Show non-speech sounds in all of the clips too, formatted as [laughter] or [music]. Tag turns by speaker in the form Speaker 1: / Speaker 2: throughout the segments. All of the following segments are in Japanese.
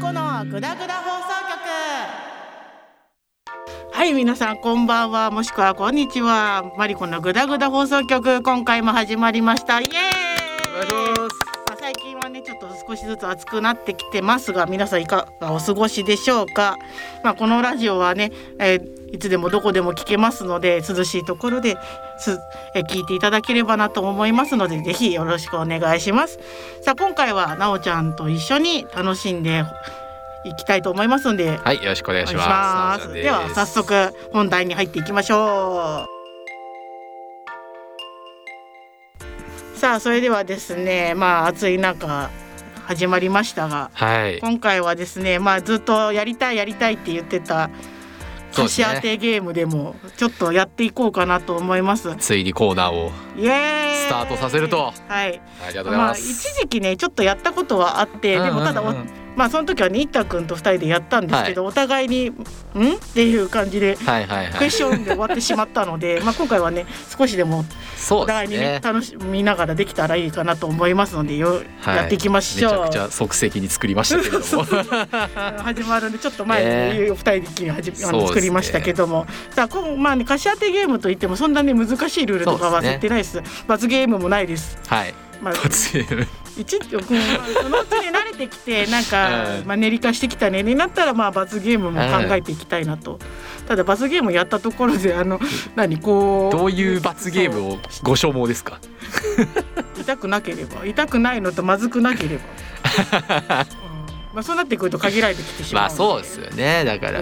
Speaker 1: 子のグダグダ放送局はい皆さんこんばんはもしくはこんにちはマリコのグダグダ放送局今回も始まりましたイエーイまあ最近はねちょっと少しずつ暑くなってきてますが皆さんいかがお過ごしでしょうかまあこのラジオはね、えーいつでもどこでも聞けますので涼しいところですえー聞いていただければなと思いますのでぜひよろしくお願いしますさあ今回はなおちゃんと一緒に楽しんでいきたいと思いますので
Speaker 2: はい、よろしくお願いし
Speaker 1: お願
Speaker 2: ま
Speaker 1: いし
Speaker 2: す。
Speaker 1: ますでは早。速本題に入っていきましょうさあそれではですねまあ暑い中始まりましたが
Speaker 2: はい。
Speaker 1: 今回はですねまあずっとやりたいやりたいって言ってた
Speaker 2: そうで
Speaker 1: 年
Speaker 2: すね
Speaker 1: 当てゲームでもちょっとやっていこうかなと思います
Speaker 2: ついにコーナーを
Speaker 1: イエーイ
Speaker 2: スタートさせると
Speaker 1: はい
Speaker 2: ありがとうござい
Speaker 1: まあ
Speaker 2: ま
Speaker 1: 一
Speaker 2: す。
Speaker 1: 時期ねちょっとやったことはあってでもただ
Speaker 2: うんう
Speaker 1: お
Speaker 2: んうん
Speaker 1: まあその時はね一太くんと二人でやったんですけど、お互いに「ん?」っていう感じで
Speaker 2: はいはい
Speaker 1: ク
Speaker 2: は
Speaker 1: エ
Speaker 2: い。
Speaker 1: スチョンで終わってしまったの
Speaker 2: [laughs]
Speaker 1: でまあ今回はね少しでも
Speaker 2: そ
Speaker 1: お
Speaker 2: うで
Speaker 1: 互い
Speaker 2: す
Speaker 1: にね
Speaker 2: ね。
Speaker 1: 楽しみながらできたらいいかなと思いますのでよ、
Speaker 2: はい
Speaker 1: やっていきま
Speaker 2: め
Speaker 1: し
Speaker 2: ち
Speaker 1: ょ
Speaker 2: ゃ
Speaker 1: う
Speaker 2: くちゃ即席に作りましたけれども。
Speaker 1: [laughs] 始まるんでちょっと前に
Speaker 2: ね
Speaker 1: ねお二人きり始めあ
Speaker 2: そうです
Speaker 1: の
Speaker 2: ね
Speaker 1: 作りましたけども、さあ今まあね貸し当てゲームといってもそんなね難しいルールとか
Speaker 2: そ
Speaker 1: は
Speaker 2: うですね
Speaker 1: 設定ないです罰ゲームもないです
Speaker 2: はい。
Speaker 1: まあ
Speaker 2: 突然
Speaker 1: 一応こうそのうちに慣れてきてなんか、
Speaker 2: うん
Speaker 1: マネリ化してきたねになったらまあ罰ゲームも考えていきたいなと、ただ罰ゲームやったところであの何こう
Speaker 2: どういう罰ゲームをご所望ですか。
Speaker 1: 痛くなければ痛くないのとまずくなけ
Speaker 2: [laughs]
Speaker 1: れば、うんまあ、そうなってくると限られてきてしまう
Speaker 2: ま
Speaker 1: の
Speaker 2: あそうですよね。だから。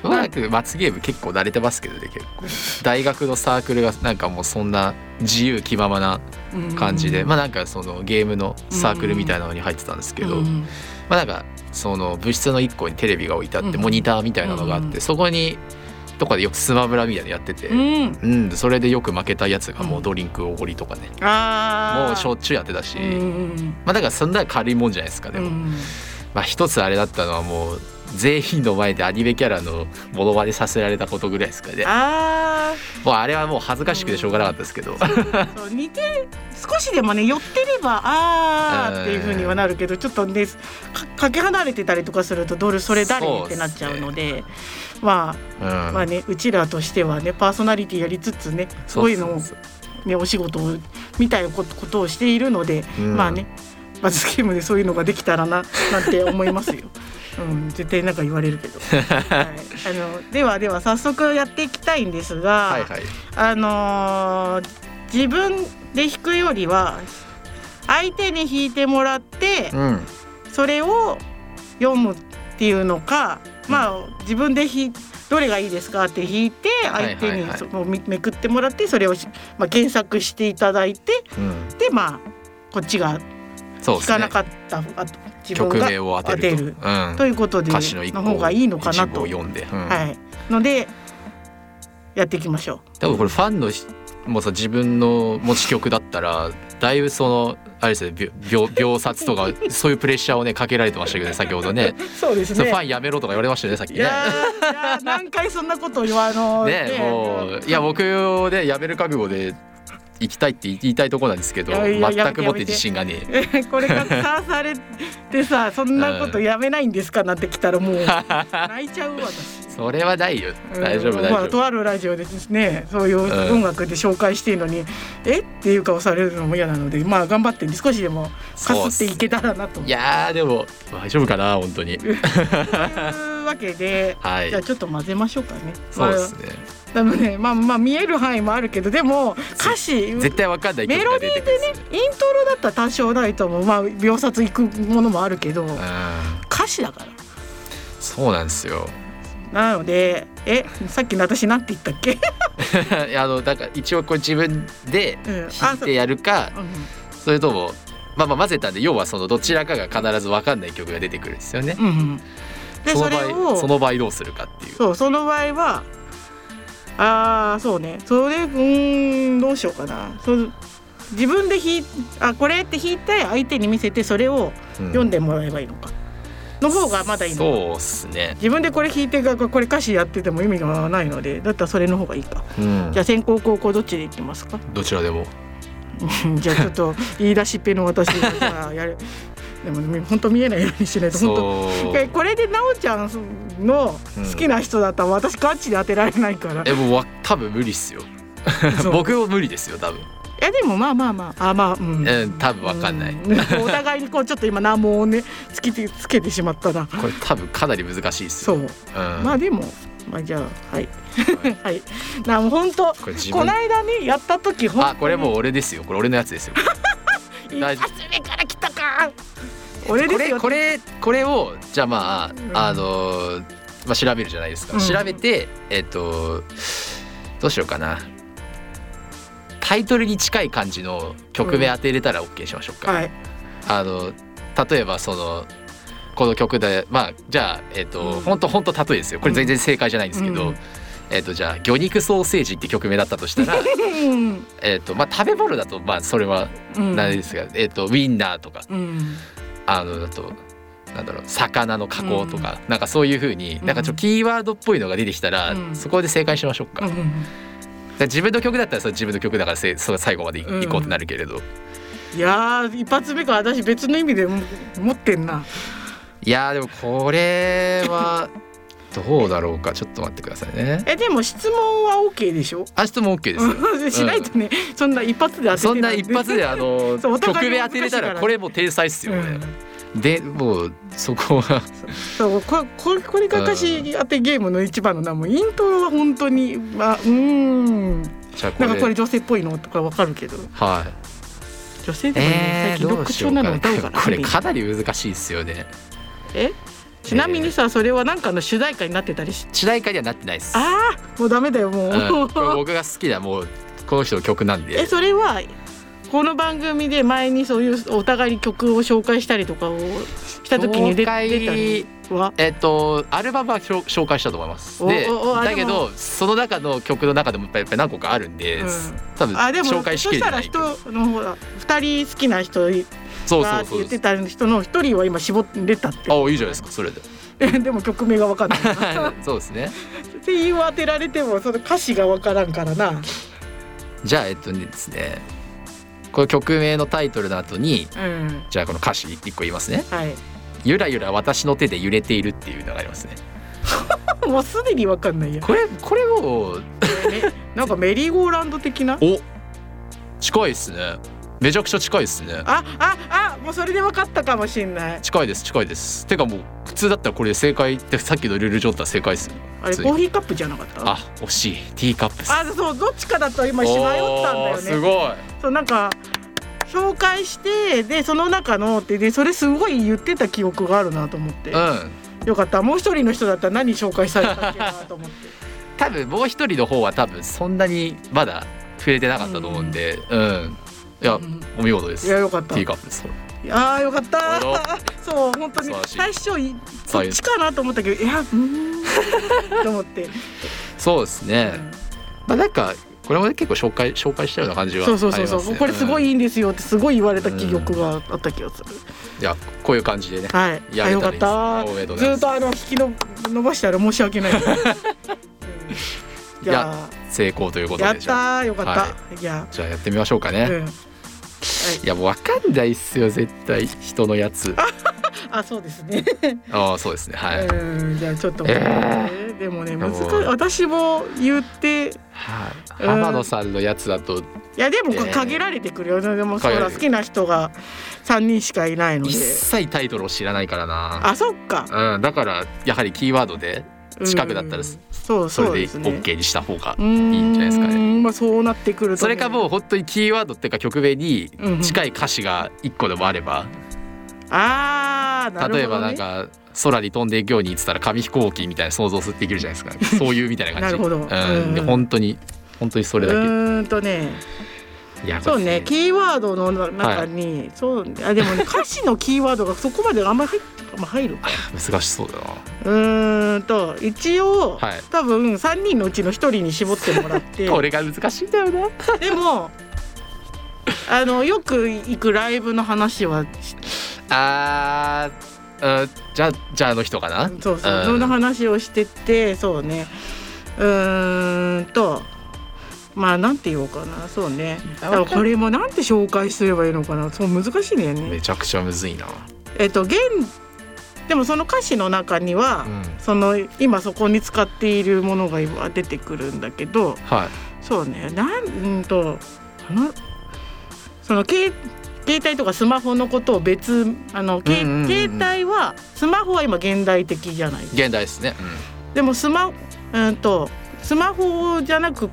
Speaker 2: うまく罰ゲーム結構慣れてますけどね結構大学のサークルがなんかもうそんな自由気ままな
Speaker 1: うん
Speaker 2: 感じで、
Speaker 1: うん
Speaker 2: まあなんかそのゲームのサークルみたいなのに入ってたんですけど、
Speaker 1: うん
Speaker 2: まあ、なんかその部室の1個にテレビが置いてあって、
Speaker 1: うん
Speaker 2: モニターみたいなのがあって、
Speaker 1: うん
Speaker 2: そこにどこかでよくスマブラみたいなのやってて、
Speaker 1: う
Speaker 2: うん
Speaker 1: ん、
Speaker 2: それでよく負けたやつがもうドリンクおごりとかね、
Speaker 1: あ
Speaker 2: もうしょ
Speaker 1: っ
Speaker 2: っちゅうやってたし、
Speaker 1: うん
Speaker 2: まあ、だからそんな軽いもんじゃないですかで
Speaker 1: う
Speaker 2: も、
Speaker 1: ん
Speaker 2: まあ、一つあれだったのはもう全員の前でアニメキャラのモノマネさせられたことぐらいですかね
Speaker 1: あ
Speaker 2: もうあれはもう恥ずかしくてしょうがなかったですけど、
Speaker 1: ーそう似て少しでもね寄ってればあーっていうふうにはなるけどちょっとねかかけ離れてたりとかするとどれそれ誰
Speaker 2: そう
Speaker 1: っ
Speaker 2: っすね
Speaker 1: てなっちゃうのでま
Speaker 2: う
Speaker 1: あ [laughs]
Speaker 2: ん
Speaker 1: まあねうちらとしてはねパーソナリティやりつつねそういうのを
Speaker 2: そ
Speaker 1: ねお仕事をみたいなことことをしているので、
Speaker 2: うん
Speaker 1: まあね罰ゲームでそういうのができたらななんて思います
Speaker 2: [laughs]
Speaker 1: よ。うん、絶対なんか言われるけど、はい、あのではでは早速やっていきたいんですが、
Speaker 2: はいはい
Speaker 1: あのー自分で弾くよりは相手に弾いてもらって
Speaker 2: うん
Speaker 1: それを読むっていうのか、まあ自分で弾いどれがいいですかって弾いて
Speaker 2: はいはい
Speaker 1: 相手に
Speaker 2: はい
Speaker 1: そのめめくってもらってそれをし、まあ、検索していただいて
Speaker 2: うん
Speaker 1: でまあこっちが
Speaker 2: そう
Speaker 1: 弾
Speaker 2: です
Speaker 1: か
Speaker 2: ね
Speaker 1: なかった、あと自
Speaker 2: 曲
Speaker 1: 分が
Speaker 2: 名を当てると
Speaker 1: 当
Speaker 2: うん
Speaker 1: ということで
Speaker 2: 歌詞の一個
Speaker 1: の方がいいのかなと、
Speaker 2: 一部を読んで、うん
Speaker 1: はい、のでやっていきましょう。
Speaker 2: 多分これファンのしもうさ自分の持ち曲だったらだいぶそのあれですね秒秒秒殺とか [laughs] そういうプレッシャーをねかけられてましたけどね先ほどね
Speaker 1: そうです
Speaker 2: そうファンやめろとか言われましたよねさっき
Speaker 1: い
Speaker 2: ね。
Speaker 1: やーいやー何回そんなこと言わあの
Speaker 2: [laughs] ねもういや僕をねやめる覚悟で行きたいって言いたいところなんですけど
Speaker 1: いやいややめ
Speaker 2: 全
Speaker 1: て
Speaker 2: くもって自信がねえ。
Speaker 1: え [laughs] これがさされて
Speaker 2: [laughs]
Speaker 1: さそんなことやめないんですかなんて来たらもう泣いちゃう私。
Speaker 2: それはないよ
Speaker 1: うん
Speaker 2: 大丈夫大
Speaker 1: まあ、
Speaker 2: 丈夫。
Speaker 1: とあるラジオでですねそういう
Speaker 2: うん
Speaker 1: 音楽で紹介しているのに、えっていう顔されるのも嫌なのでまあ頑張って少しでもか
Speaker 2: そうっ
Speaker 1: す
Speaker 2: す
Speaker 1: っ
Speaker 2: ね
Speaker 1: ていけたらなと。
Speaker 2: いやーでも大丈夫かな本当に。
Speaker 1: というわけで、
Speaker 2: は
Speaker 1: [laughs]
Speaker 2: い
Speaker 1: じゃあちょっと混ぜましょうかね。
Speaker 2: そうですね。
Speaker 1: まあ、多分ねまあまあ見える範囲もあるけどでも歌詞
Speaker 2: 絶対わかんない曲
Speaker 1: メロ
Speaker 2: が
Speaker 1: デ
Speaker 2: 出
Speaker 1: ィ
Speaker 2: て
Speaker 1: ーで
Speaker 2: くるんですよ
Speaker 1: ねイントロだったら多少ないともまあ秒殺いくものもあるけど
Speaker 2: うん
Speaker 1: 歌詞だから
Speaker 2: そうなんですよ。
Speaker 1: なのでえさっきの私なんて言ったっけ、
Speaker 2: [laughs] いやあのだから一応こう自分で
Speaker 1: うんあ
Speaker 2: 弾いてやるか、
Speaker 1: う
Speaker 2: それともまあまあ混ぜたんで要はそのどちらかが必ず分かんない曲が出てくるんですよね。
Speaker 1: んうん、で
Speaker 2: そ
Speaker 1: そ
Speaker 2: の場
Speaker 1: れ
Speaker 2: 合
Speaker 1: を
Speaker 2: その場合どうするかっていう。
Speaker 1: そうその場合はああそうねそれうーんどうしようかなそ自分で弾いあこれって弾いて相手に見せてそれを読ん
Speaker 2: で
Speaker 1: でもらえばいいのか、の方がまだいいのか
Speaker 2: そうっすね。
Speaker 1: 自分でこれ弾いてがこれ歌詞やってても意味がないのでだったらそれの方がいいか
Speaker 2: うん
Speaker 1: じゃあ先行後攻どっちでいき
Speaker 2: [laughs]
Speaker 1: ますか
Speaker 2: どちらでも。
Speaker 1: じゃあちょっと言い出しっぺの私がじゃあやるでも本当見えないようにしないと本当
Speaker 2: そう
Speaker 1: えこれで奈緒ちゃんの好きな人だったら私ガチで当てられないから、
Speaker 2: えもうわ多分無理っすよ
Speaker 1: [laughs] そう
Speaker 2: 僕も無理ですよ多分
Speaker 1: いやでもまあまあまああまあうん、
Speaker 2: うん多分わかんない
Speaker 1: うんお互いにこうちょっと今難問をねつけてつけてしまったな
Speaker 2: これ多分かなり難しいっす
Speaker 1: そ
Speaker 2: よ、
Speaker 1: う
Speaker 2: うん、
Speaker 1: まあでもまあじゃあはい [laughs] はいなもう本当
Speaker 2: これ自
Speaker 1: こ
Speaker 2: 分
Speaker 1: の間ねやった時ほん
Speaker 2: あこれもう俺ですよこれ俺のやつですよ
Speaker 1: 一
Speaker 2: 大丈
Speaker 1: 発目から来たか俺で
Speaker 2: こ
Speaker 1: す
Speaker 2: れ
Speaker 1: よ
Speaker 2: これこれをじゃあま
Speaker 1: うん
Speaker 2: ああのーまあ、調べるじゃないですか、
Speaker 1: うん
Speaker 2: 調べてえっ、とどうしようかなタイトルに近い感じの曲名当てれたら OK にしましょうか、
Speaker 1: はい
Speaker 2: あの例えばそのこの曲でまあじゃあえっ、
Speaker 1: うん
Speaker 2: と本当本当例えですよこれ全然正解じゃないんですけど、
Speaker 1: うん
Speaker 2: えっ、とじゃあ「魚肉ソーセージ」って曲名だったとし
Speaker 1: [laughs]
Speaker 2: たら
Speaker 1: うん
Speaker 2: えっとまあ食べ物だとまあそれは
Speaker 1: うん
Speaker 2: ないですが、えっ、とウィンナーとか
Speaker 1: うん
Speaker 2: あのだと。なんだろう魚の加工とか、なんかそういう風になんかちょっとキーワードっぽいのが出てきたら、
Speaker 1: うん
Speaker 2: そこで正解しましょうか,、
Speaker 1: うんうん
Speaker 2: 自分の曲だったらそれ自分の曲だからせそう最後までい
Speaker 1: うん
Speaker 2: いこうってなるけれど、
Speaker 1: いやー一発目から私別の意味でも持ってんない
Speaker 2: やーでもこれはどうだろうかちょっと待ってくださいね
Speaker 1: えでも質問は OK でしょ
Speaker 2: 明日も OK ですよ
Speaker 1: しないとね、そんな一発で当て
Speaker 2: そん
Speaker 1: て
Speaker 2: ない一発であ
Speaker 1: [laughs]
Speaker 2: の [laughs]
Speaker 1: そうお互
Speaker 2: 曲
Speaker 1: い
Speaker 2: 名
Speaker 1: 難し
Speaker 2: 当
Speaker 1: い
Speaker 2: てれた
Speaker 1: からら
Speaker 2: これもう天才っすよ
Speaker 1: う
Speaker 2: ね
Speaker 1: ん、
Speaker 2: でもうそこは
Speaker 1: そうここれこれが歌詞当てゲームの一番の名もイントロは本当にまあうーんなん
Speaker 2: じゃあこれ
Speaker 1: かこれ女性っぽいのとかわかるけど
Speaker 2: はい
Speaker 1: 女性でもね最
Speaker 2: えー、
Speaker 1: 近ロ
Speaker 2: どう
Speaker 1: ック
Speaker 2: しよ
Speaker 1: 調
Speaker 2: う
Speaker 1: な
Speaker 2: か
Speaker 1: の
Speaker 2: な
Speaker 1: 歌うから
Speaker 2: これ
Speaker 1: ね
Speaker 2: かなり難しいっすよね
Speaker 1: えちなみにさそれはなんかの主題歌になってたりし
Speaker 2: 主題歌にはなってないっす
Speaker 1: ああもうダメだよもう、
Speaker 2: うんこれ僕が好きなもうこの人の曲なん
Speaker 1: え
Speaker 2: で
Speaker 1: それはこの番組で前にそういうお互いに曲を紹介したりとかをした時に出
Speaker 2: 紹介
Speaker 1: 出たりは
Speaker 2: えっとアルバムは紹紹介したと思います
Speaker 1: お
Speaker 2: で
Speaker 1: おおアルバム
Speaker 2: だけどその中の曲の中でもやっぱり何個かあるんで、
Speaker 1: うん
Speaker 2: 多分
Speaker 1: あでも
Speaker 2: 紹介し
Speaker 1: そ
Speaker 2: き
Speaker 1: し
Speaker 2: れて
Speaker 1: た
Speaker 2: な
Speaker 1: ら
Speaker 2: い
Speaker 1: 人のほら2人好きな人
Speaker 2: そう
Speaker 1: がっ
Speaker 2: そう
Speaker 1: て
Speaker 2: そ
Speaker 1: 言っ
Speaker 2: う
Speaker 1: てた人の一人は今絞れたって
Speaker 2: あいいじゃないですかそ
Speaker 1: [laughs]
Speaker 2: れで
Speaker 1: えでも曲名が分かんない
Speaker 2: そうですね
Speaker 1: 声優を当てられてもその歌詞が分からんからな
Speaker 2: じゃあえっとですねこの曲名のタイトルの後に
Speaker 1: うん
Speaker 2: じゃあこの歌詞1個言いますね
Speaker 1: はい
Speaker 2: 「ゆらゆら私の手で揺れている」っていうのがありますね
Speaker 1: もうすでに分かんないや
Speaker 2: これこれもう
Speaker 1: なんかメリーゴーランド的な
Speaker 2: お近いっすねめちゃくちゃ近いっすね
Speaker 1: あああもうそれで分かったかもしんない
Speaker 2: 近いです近いですてかもう普通だったらこれ正解ってさっきのルール上だったら正解っす
Speaker 1: あれ
Speaker 2: つい
Speaker 1: コーヒーカップじゃなかった
Speaker 2: あ惜しいティーカップっす
Speaker 1: あそうどっちかだと今迷ったんだ
Speaker 2: おー
Speaker 1: よ
Speaker 2: す
Speaker 1: ね
Speaker 2: ごい
Speaker 1: そうなんか紹介してでその中のってでそれすごい言ってた記憶があるなと思って
Speaker 2: うん
Speaker 1: よかったもう一人の人だったら何紹介されたっけなと思って
Speaker 2: [laughs] 多分もう一人の方は多分そんなにまだ触れてなかったと思うんでうん、いや
Speaker 1: うん
Speaker 2: お見事です
Speaker 1: いやよかった
Speaker 2: ティーカップです
Speaker 1: ああよかった
Speaker 2: おめで
Speaker 1: そう本当に
Speaker 2: 素晴らしい
Speaker 1: 最初い
Speaker 2: そ
Speaker 1: そうっ
Speaker 2: いう
Speaker 1: ちかなと思ったけどいやうー
Speaker 2: [laughs]
Speaker 1: んと思って、
Speaker 2: そうですね、まあなんかこれもね結構紹介紹介したような感じ
Speaker 1: うん
Speaker 2: はあ
Speaker 1: そ
Speaker 2: り
Speaker 1: う
Speaker 2: ます
Speaker 1: そ
Speaker 2: ね
Speaker 1: うそうそう、これすごい
Speaker 2: うん
Speaker 1: いいんですよってすごい言われた記憶があった気がする、
Speaker 2: いやこういう感じでね
Speaker 1: はい
Speaker 2: や
Speaker 1: あ
Speaker 2: れ
Speaker 1: よ
Speaker 2: た
Speaker 1: からっ
Speaker 2: い
Speaker 1: た
Speaker 2: いですおめでとうご
Speaker 1: ず
Speaker 2: ざいます
Speaker 1: ーっとあの引きの伸ばしたら申し訳
Speaker 2: [laughs]
Speaker 1: ない、うんじゃあ
Speaker 2: 成功ということ
Speaker 1: やっ
Speaker 2: で
Speaker 1: た
Speaker 2: じゃあ
Speaker 1: ーよかった、、
Speaker 2: はい
Speaker 1: や
Speaker 2: じゃあやってみましょうかね、
Speaker 1: うん
Speaker 2: いやもうわかんないっすよ絶対人のやつ
Speaker 1: あそうですね、
Speaker 2: ああそうですねはい、
Speaker 1: うんじゃあちょっと、
Speaker 2: え
Speaker 1: でもね
Speaker 2: でも
Speaker 1: 難しい私も言って
Speaker 2: はい、
Speaker 1: うん
Speaker 2: 浜野さんのやつだと
Speaker 1: いやでもこれ
Speaker 2: えー
Speaker 1: 限られてくるよ、でもそう
Speaker 2: 限ら
Speaker 1: だ
Speaker 2: れる
Speaker 1: 好きな人が3人しかいないので
Speaker 2: 一切タイトルを知らないからな
Speaker 1: あそっか
Speaker 2: うん、だからやはりキーワードで
Speaker 1: うん
Speaker 2: 近くだったらそ
Speaker 1: そう
Speaker 2: そ
Speaker 1: そう
Speaker 2: れ
Speaker 1: で
Speaker 2: です
Speaker 1: ね
Speaker 2: OK にした方が
Speaker 1: いいん
Speaker 2: んじゃないですかね
Speaker 1: まあそうなってくるとね
Speaker 2: それかもう本当にキーワードっていうか曲名に
Speaker 1: うんうん
Speaker 2: 近い歌詞が一個でもあれば、
Speaker 1: あーなるほど、ね、
Speaker 2: 例えばなんか空に飛んでいくように言ってたら紙飛行機みたいな想像できるじゃないですかそういうみたいな感
Speaker 1: なる
Speaker 2: じ
Speaker 1: ほど
Speaker 2: うん、で
Speaker 1: うん
Speaker 2: 本当に本当にそれだ
Speaker 1: う
Speaker 2: け
Speaker 1: ーんとね
Speaker 2: いや
Speaker 1: そうね
Speaker 2: こ
Speaker 1: キーワードの中に、そうあでも、
Speaker 2: [laughs]
Speaker 1: ね、歌詞のキーワードがそこまであんまり入ってまあ入るか
Speaker 2: れ難しそうだな
Speaker 1: うーんと一応、
Speaker 2: はい
Speaker 1: 多分3人のうちの1人に絞ってもら
Speaker 2: [laughs]
Speaker 1: って
Speaker 2: これが難しいんだよな
Speaker 1: でもあのよく行くライブの話はし
Speaker 2: あーうんじゃあじゃああの人かな
Speaker 1: そうそう、
Speaker 2: うん
Speaker 1: その話をしててそうねうーんとまあなんて言おうかなそうねだからこれもなんて紹介すればいいのかなそう難しいんだよね
Speaker 2: めちゃくちゃむずいな
Speaker 1: えっと現でもその歌詞の中には、
Speaker 2: うん
Speaker 1: その今そこに使っているものが今出てくるんだけど
Speaker 2: はい
Speaker 1: そうねなんうんとそのその携携帯とかスマホのことを別あの、け
Speaker 2: うんうんうんうん
Speaker 1: 携帯はスマホは今現代的じゃない
Speaker 2: 現代ですね、
Speaker 1: でもスマうんとスマホじゃなく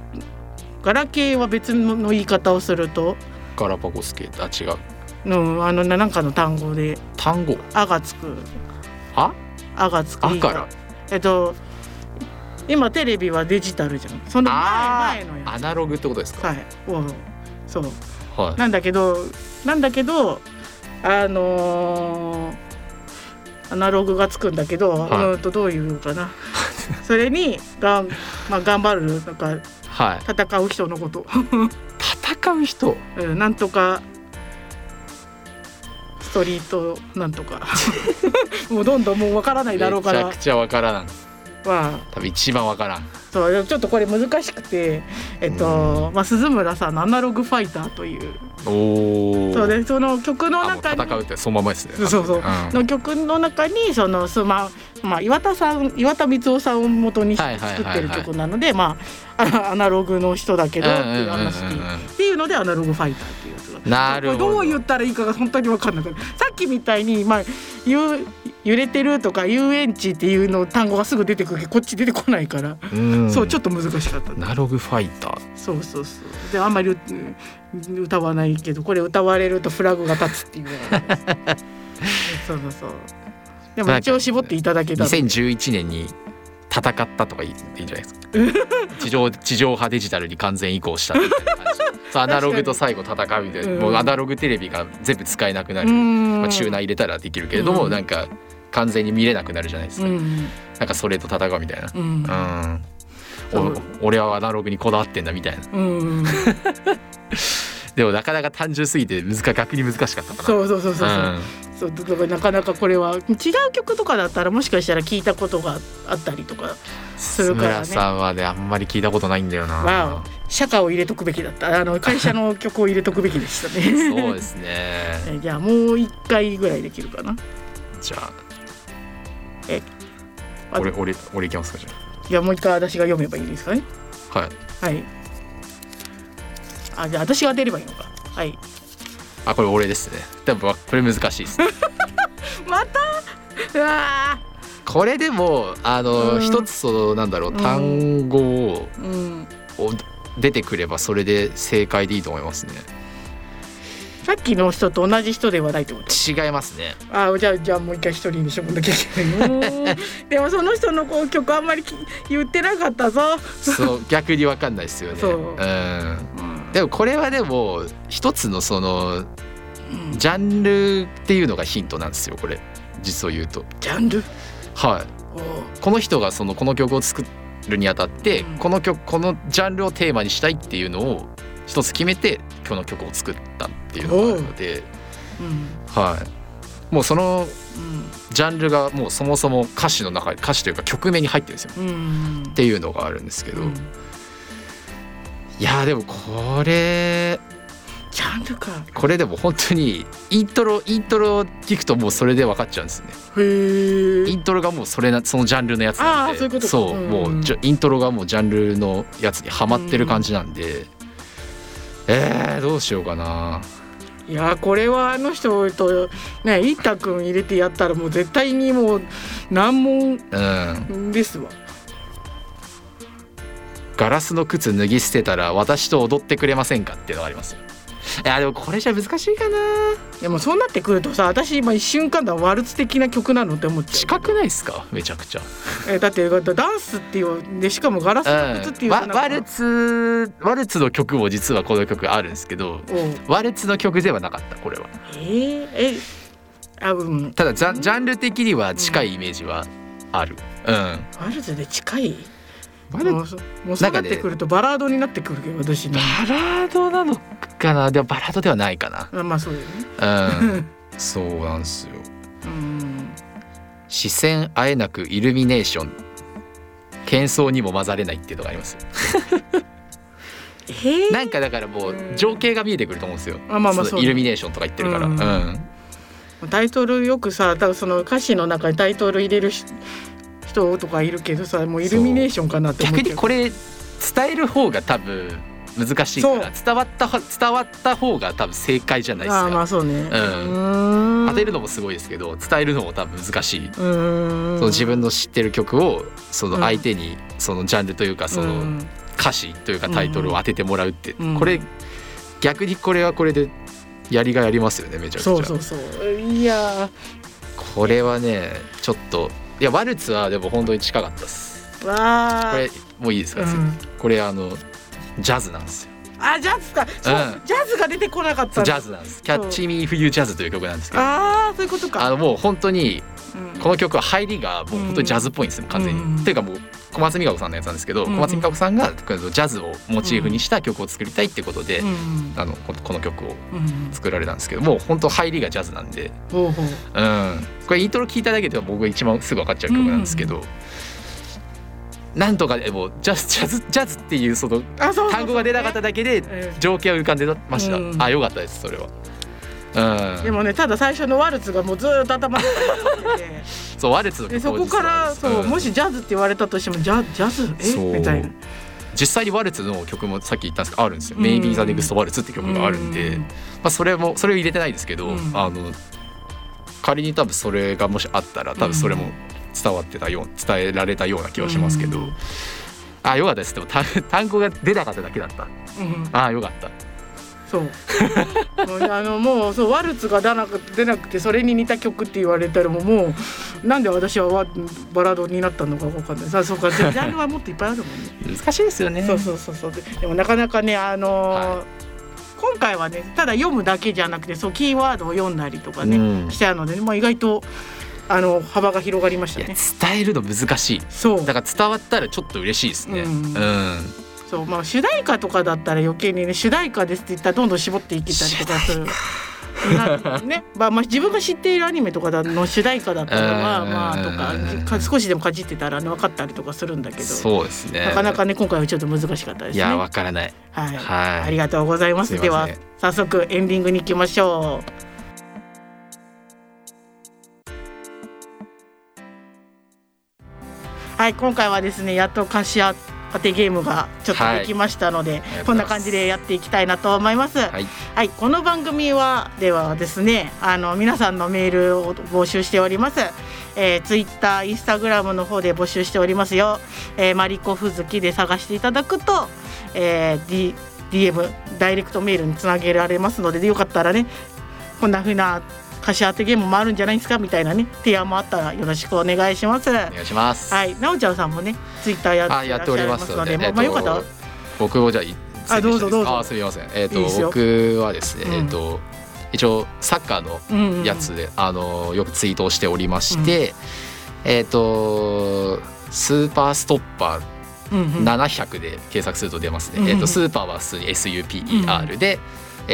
Speaker 1: ガラケーは別の言い方をすると、
Speaker 2: うん、ガラパゴス系あ違う
Speaker 1: うん、あのななんかの単語で
Speaker 2: 単語
Speaker 1: 「あ」がつく
Speaker 2: あ
Speaker 1: 「あ」がつく
Speaker 2: あ
Speaker 1: 言い方
Speaker 2: から
Speaker 1: えっと今テレビはデジタルじゃんその
Speaker 2: あ
Speaker 1: 前前のや
Speaker 2: アナログってことです
Speaker 1: つ
Speaker 2: か
Speaker 1: はいうんそう
Speaker 2: はい
Speaker 1: なんだけどなんだけどあのーアナログがつくんだけど、
Speaker 2: はい
Speaker 1: うんとどういうのかなそれにがん、まあ、頑張るなんか
Speaker 2: はい
Speaker 1: 戦う人のこと、
Speaker 2: 戦う人
Speaker 1: うん、なんとかストリートなんと
Speaker 2: [laughs]
Speaker 1: かもうどんどんもうわからない
Speaker 2: めち
Speaker 1: だろうから
Speaker 2: ゃ
Speaker 1: は
Speaker 2: くちゃわからん多分一番わからん
Speaker 1: そうでもちょっとこれ難しくて、えっとまあ、鈴村さんの「アナログファイター」という
Speaker 2: おお
Speaker 1: そうでその曲の
Speaker 2: あもう
Speaker 1: 中に
Speaker 2: 戦うってそのままですね
Speaker 1: そうそうそう
Speaker 2: うんは
Speaker 1: の曲の中にそのスマ、まあ、岩田さん岩田光雄さんを元にし
Speaker 2: はい
Speaker 1: て
Speaker 2: はいはいはい
Speaker 1: 作ってる曲なので、まああ [laughs] アナログの人だけどっていう話
Speaker 2: うんうんうんうん
Speaker 1: っていうのでアナログファイターっていうやつが
Speaker 2: なるほど
Speaker 1: これどう言ったらいいかが本当に分かんなくなるさっきみたいに、まあ、ゆ揺れてるとか遊園地っていうの単語がすぐ出てくるけどこっち出てこないから、
Speaker 2: ん
Speaker 1: そうちょっと難しかった
Speaker 2: アナログファイター
Speaker 1: そうそうそうであんまりううん歌わないけどこれ歌われるとフラグが立つっていうのがありますそうそうそうでも一応絞っていただけたら
Speaker 2: 2011年に戦ったとかいいいいんじゃないです
Speaker 1: [laughs]
Speaker 2: か地上地上波デジタルに完全移行したみたいな
Speaker 1: [laughs]
Speaker 2: 感じそうアナログと最後戦うみたいな、
Speaker 1: うん
Speaker 2: もうアナログテレビが全部使えなくなる、まあ、チューナー入れたらできるけれども、
Speaker 1: うん
Speaker 2: なんか完全に見れなくなるじゃないです
Speaker 1: う
Speaker 2: か、
Speaker 1: ん
Speaker 2: なんかそれと戦うみたいな
Speaker 1: うん
Speaker 2: うん、
Speaker 1: そう
Speaker 2: お俺はアナログにこだわってんだみたいな
Speaker 1: うん、うん、
Speaker 2: でもなかなか単純すぎて難か逆に難しかったかな
Speaker 1: そうそうそうそうそう,、
Speaker 2: ん
Speaker 1: そうだからなかなかこれは違う曲とかだったらもしかしたら聞いたことがあったりとかするからね
Speaker 2: 鈴村さんはねあんまり聞いたことないんだよ
Speaker 1: は
Speaker 2: な
Speaker 1: 社歌を入れとくべきだったあの会社の曲を入れとくべきでしたね
Speaker 2: そうですね
Speaker 1: えじゃあもう一回ぐらいできるかな
Speaker 2: じゃ
Speaker 1: え
Speaker 2: あ俺俺俺いきますかじゃ
Speaker 1: じゃあもう一回私が読めばいいんですかね
Speaker 2: あはい
Speaker 1: はい。あ、じゃあ私が出ればいいのか。はい。
Speaker 2: あこれ俺ですね多分これ難しいです
Speaker 1: また。うわ
Speaker 2: [laughs] これでもあの
Speaker 1: うん
Speaker 2: 一つそのなんだろう
Speaker 1: うん
Speaker 2: 単語を
Speaker 1: ー。うん。
Speaker 2: を出てくればそれで正解でいいと思いますね
Speaker 1: さっきの人と同じ人ではないってこと。
Speaker 2: 違いますね
Speaker 1: あ、じゃあ、じゃあ、もう一回一人にしとくんなきゃいけない。うーん [laughs] でも、その人のこう曲あんまりき言ってなかったぞ。 [laughs]
Speaker 2: そう逆にわかんないですよね
Speaker 1: そうんうん。
Speaker 2: でもこれはでも一つのそのジャンルっていうのがヒントなんですよこれ実を言うと
Speaker 1: ジャンル。
Speaker 2: はい
Speaker 1: おー
Speaker 2: この人がそのこの曲を作るにあたって、
Speaker 1: うん
Speaker 2: この曲このジャンルをテーマにしたいっていうのを一つ決めてこの曲を作ったっていうのがあるので、
Speaker 1: うん。
Speaker 2: はい、もうそのジャンルがもうそもそも歌詞の中に歌詞というか曲名に入ってるんですよ
Speaker 1: うん。うん。
Speaker 2: っていうのがあるんですけど、
Speaker 1: うん
Speaker 2: いやーでもこれ
Speaker 1: ジャンルか。
Speaker 2: これでも本当にイントロイントロ聞くともうそれで分かっちゃうんですね。
Speaker 1: へ
Speaker 2: イ
Speaker 1: え。
Speaker 2: ントロがもうそれなそのジャンルのやつなん
Speaker 1: あー
Speaker 2: で
Speaker 1: そういうことか
Speaker 2: そう
Speaker 1: うん
Speaker 2: もうじゃイントロがもうジャンルのやつにはまってる感じなんで、えー、どうしようかない
Speaker 1: やー、これはあの人と。ね、いったくん入れてやったら、もう絶対にもう。難問
Speaker 2: うん
Speaker 1: ですわ。
Speaker 2: ガラスの靴脱ぎ捨てたら私と踊ってくれませんかっていうのがありますよいやでもこれじゃ難しいかな
Speaker 1: でもそうなってくるとさ私今一瞬間だワルツ的な曲なのって思っちゃ
Speaker 2: 近くないですかめちゃくちゃ、
Speaker 1: う、えだってだってダンスっていうでしかもガラスの靴って
Speaker 2: う
Speaker 1: い
Speaker 2: ん、
Speaker 1: う
Speaker 2: わ
Speaker 1: なんか
Speaker 2: ワルツワルツの曲も実はこの曲あるんですけど
Speaker 1: おう
Speaker 2: ワルツの曲ではなかったこれは
Speaker 1: えー、えあうん
Speaker 2: ただジャンジャンル的には近いイメージはあるうん
Speaker 1: ワルツで近い
Speaker 2: ワル
Speaker 1: もうそもうそうなってくるとバラードになってくるけど私の
Speaker 2: バラードなのかなでもバラードではないか
Speaker 1: あまあそうだよね
Speaker 2: なうん
Speaker 1: [laughs]
Speaker 2: そうなんですよ
Speaker 1: うん
Speaker 2: 視線あえなくイルミネーション喧騒にも混ざれないっていうのがあります
Speaker 1: えー、
Speaker 2: なんかだからもう
Speaker 1: うん
Speaker 2: 情景が見えてくると思うんですよ
Speaker 1: あまあまあ
Speaker 2: そ
Speaker 1: そう
Speaker 2: のイ
Speaker 1: ね
Speaker 2: ルミネーションとか言ってるから
Speaker 1: う
Speaker 2: うんん
Speaker 1: タイトルよくさ多分その歌詞の中にタイトル入れるし人とかいるけどさもうイルミネーションかなって思っ
Speaker 2: 逆
Speaker 1: ちゃ
Speaker 2: に
Speaker 1: う
Speaker 2: これ伝える方が多分難しいから伝わったは伝わった方が多分正解じゃないです
Speaker 1: ああま
Speaker 2: か
Speaker 1: あそうね、うーん
Speaker 2: 当てるのもすごいですけど伝えるのも多分難しい
Speaker 1: その
Speaker 2: その自分の知ってる曲をその
Speaker 1: うん
Speaker 2: 相手にそのジャンルというかその歌詞というかタイトルを当ててもらうって
Speaker 1: うん
Speaker 2: これ逆にこれはこれでやりがいありますよねめちゃくちゃ
Speaker 1: そうそうそういや
Speaker 2: これはねちょっといやワルツはでも本当に近かったです
Speaker 1: ーわあ
Speaker 2: これもういいですか、
Speaker 1: うん
Speaker 2: これあのジャズなんですよ
Speaker 1: あジャズかそう、
Speaker 2: うん
Speaker 1: ジャズが出てこなかった
Speaker 2: そう
Speaker 1: の
Speaker 2: ジャズなんです「キャッチ・ミー・フユー・ジャズ」という曲なんですけど
Speaker 1: ああそういうことか
Speaker 2: あのもう本当に
Speaker 1: うん
Speaker 2: この曲は入りがもう本当にジャズっぽいんですよ完全に。
Speaker 1: うん
Speaker 2: というかもう小松美香子さんのやつなんですけど、
Speaker 1: うん
Speaker 2: 小松美香子さんがこのジャズをモチーフにした曲を作りたいってことで、
Speaker 1: うん
Speaker 2: あのここの曲を
Speaker 1: うん
Speaker 2: 作られたんですけどもう本当入りがジャズなんで、
Speaker 1: ほうほう
Speaker 2: うん、これイントロ聞いただけでは僕が一番すぐ分かっちゃう曲なんですけど、なんとかでもジャズジャズジャズっていうその
Speaker 1: あそうそうそう
Speaker 2: 単語が出なかっただけ
Speaker 1: え
Speaker 2: で
Speaker 1: え
Speaker 2: 情景は浮かんでました、
Speaker 1: うん
Speaker 2: あ良かったですそれは。う
Speaker 1: で
Speaker 2: ん、
Speaker 1: もねただ最初のワルツがもうずーっと頭の中にあって
Speaker 2: [laughs] そうワルツの
Speaker 1: で
Speaker 2: 曲
Speaker 1: そこから
Speaker 2: 実は
Speaker 1: そう、
Speaker 2: ん
Speaker 1: もしジャズって言われたとしてもジャジャズ
Speaker 2: そう
Speaker 1: えみたいな
Speaker 2: 実際にワルツの曲もさっき言ったんですけどあるんですよ「
Speaker 1: うん
Speaker 2: Maybe the Next Waltz」って曲があるんで、
Speaker 1: うん
Speaker 2: まあ、それもそれを入れてないですけど、
Speaker 1: うん
Speaker 2: あの仮に多分それがもしあったら多分それも伝わってたよう伝えられたような気はしますけど、
Speaker 1: うん
Speaker 2: あよかった [laughs] ですでも単単語が出なかっただけだった
Speaker 1: うん
Speaker 2: あよかった
Speaker 1: そう [laughs] もうあのもうそうワルツが出なく出なくてそれに似た曲って言われたらもうもうなんで私はワバラードになったのかわかんないさあそう
Speaker 2: [laughs]
Speaker 1: かジャジャンルはもっといっぱいあるもんね
Speaker 2: 難しいですよね
Speaker 1: そうそうそうそうででもなかなかねあのー
Speaker 2: は
Speaker 1: 今回はねただ読むだけじゃなくてそうキーワードを読んだりとかね、
Speaker 2: うん
Speaker 1: しちゃうので、まあ、意外とあの幅が広がりまし
Speaker 2: い
Speaker 1: た
Speaker 2: や
Speaker 1: ね。
Speaker 2: 伝えるの難しい
Speaker 1: そう
Speaker 2: だから伝わったらちょっと嬉しいですね、
Speaker 1: う
Speaker 2: うんん
Speaker 1: そうまあ主題歌とかだったら余計にね主題歌ですって言ったらどんどん絞っていけたりとかする。なね、まあまあ自分が知っているアニメとかの主題歌だったらまあ
Speaker 2: うん
Speaker 1: まあとかか少しでもかじってたらね分かったりとかするんだけど、
Speaker 2: そうですね
Speaker 1: なかなかね今回はちょっと難しかったです
Speaker 2: い
Speaker 1: ね。
Speaker 2: や
Speaker 1: は
Speaker 2: わからない
Speaker 1: い、
Speaker 2: はい
Speaker 1: ありがとうございます。
Speaker 2: すいませ
Speaker 1: で
Speaker 2: ん
Speaker 1: は早速エンディングに行きましょう。はい、今回はですね、やっと貸し当てゲームがちょっとできましたので、
Speaker 2: はい
Speaker 1: こんな感じでやっていきたいなと思います。
Speaker 2: はい
Speaker 1: はい、この番組はではですね、あの皆さんのメールを募集しております。えー、ツイッター、インスタグラムの方で募集しておりますよ。えー、マリコフズキで探していただくと、えー、D DM ダイレクトメールにつなげられますので、よかったらね、こんな風な貸し当てゲームもあるんじゃないですかみたいなね提案もあったらよろしくお願いします。
Speaker 2: お願いします
Speaker 1: はい、なおちゃんさんもね、ツイッターや
Speaker 2: あ
Speaker 1: って
Speaker 2: や
Speaker 1: ら
Speaker 2: っ
Speaker 1: ってし
Speaker 2: お
Speaker 1: ゃ
Speaker 2: り
Speaker 1: いま
Speaker 2: ます
Speaker 1: す
Speaker 2: の
Speaker 1: の
Speaker 2: で、
Speaker 1: で、
Speaker 2: えっと
Speaker 1: まあよかったら、
Speaker 2: 僕をじゃあい
Speaker 1: あどうぞどうぞ
Speaker 2: あすみませんえっ、
Speaker 1: いいです
Speaker 2: と
Speaker 1: よ
Speaker 2: 僕はですね
Speaker 1: うん
Speaker 2: えっ、と一応サッカーの
Speaker 1: うんうん
Speaker 2: やつで、あのよくツイートをしておりまして、えっ、とスーパーストッパー
Speaker 1: うんうん
Speaker 2: 700で検索すると出ますね、
Speaker 1: うん
Speaker 2: えっ、とスーパーは普通に SUPER で、えー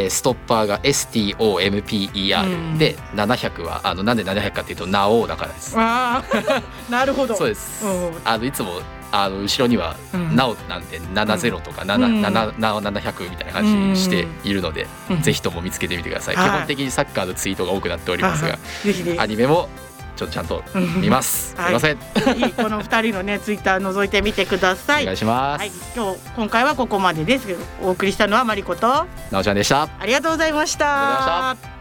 Speaker 2: ストッパーが STOMPER で、700はあのなんで700かっていうと「なお」だからです
Speaker 1: ああ [laughs] なるほど。
Speaker 2: そうです、
Speaker 1: うん
Speaker 2: あのいつもあの後ろには
Speaker 1: うん
Speaker 2: なおなんで70とか
Speaker 1: う
Speaker 2: 7
Speaker 1: ん
Speaker 2: 7なお700みたいな感じにしているので、
Speaker 1: うん
Speaker 2: ぜひとも見つけてみてください、
Speaker 1: はい
Speaker 2: 基本的にサッカーのツイートが多くなっておりますが、
Speaker 1: ぜひね
Speaker 2: アニメもちょっとちゃんと見
Speaker 1: [laughs]
Speaker 2: ます、
Speaker 1: うん
Speaker 2: すいません、
Speaker 1: ぜひこの二人のねツイッター覗いてみてくださ
Speaker 2: お
Speaker 1: い。
Speaker 2: 願
Speaker 1: はい
Speaker 2: します、
Speaker 1: い、今日今回はここまでです。お送りしたのはマリコとあ
Speaker 2: なおちゃんでした
Speaker 1: りがとうございました。
Speaker 2: ありがとう
Speaker 1: し
Speaker 2: ございま
Speaker 1: た。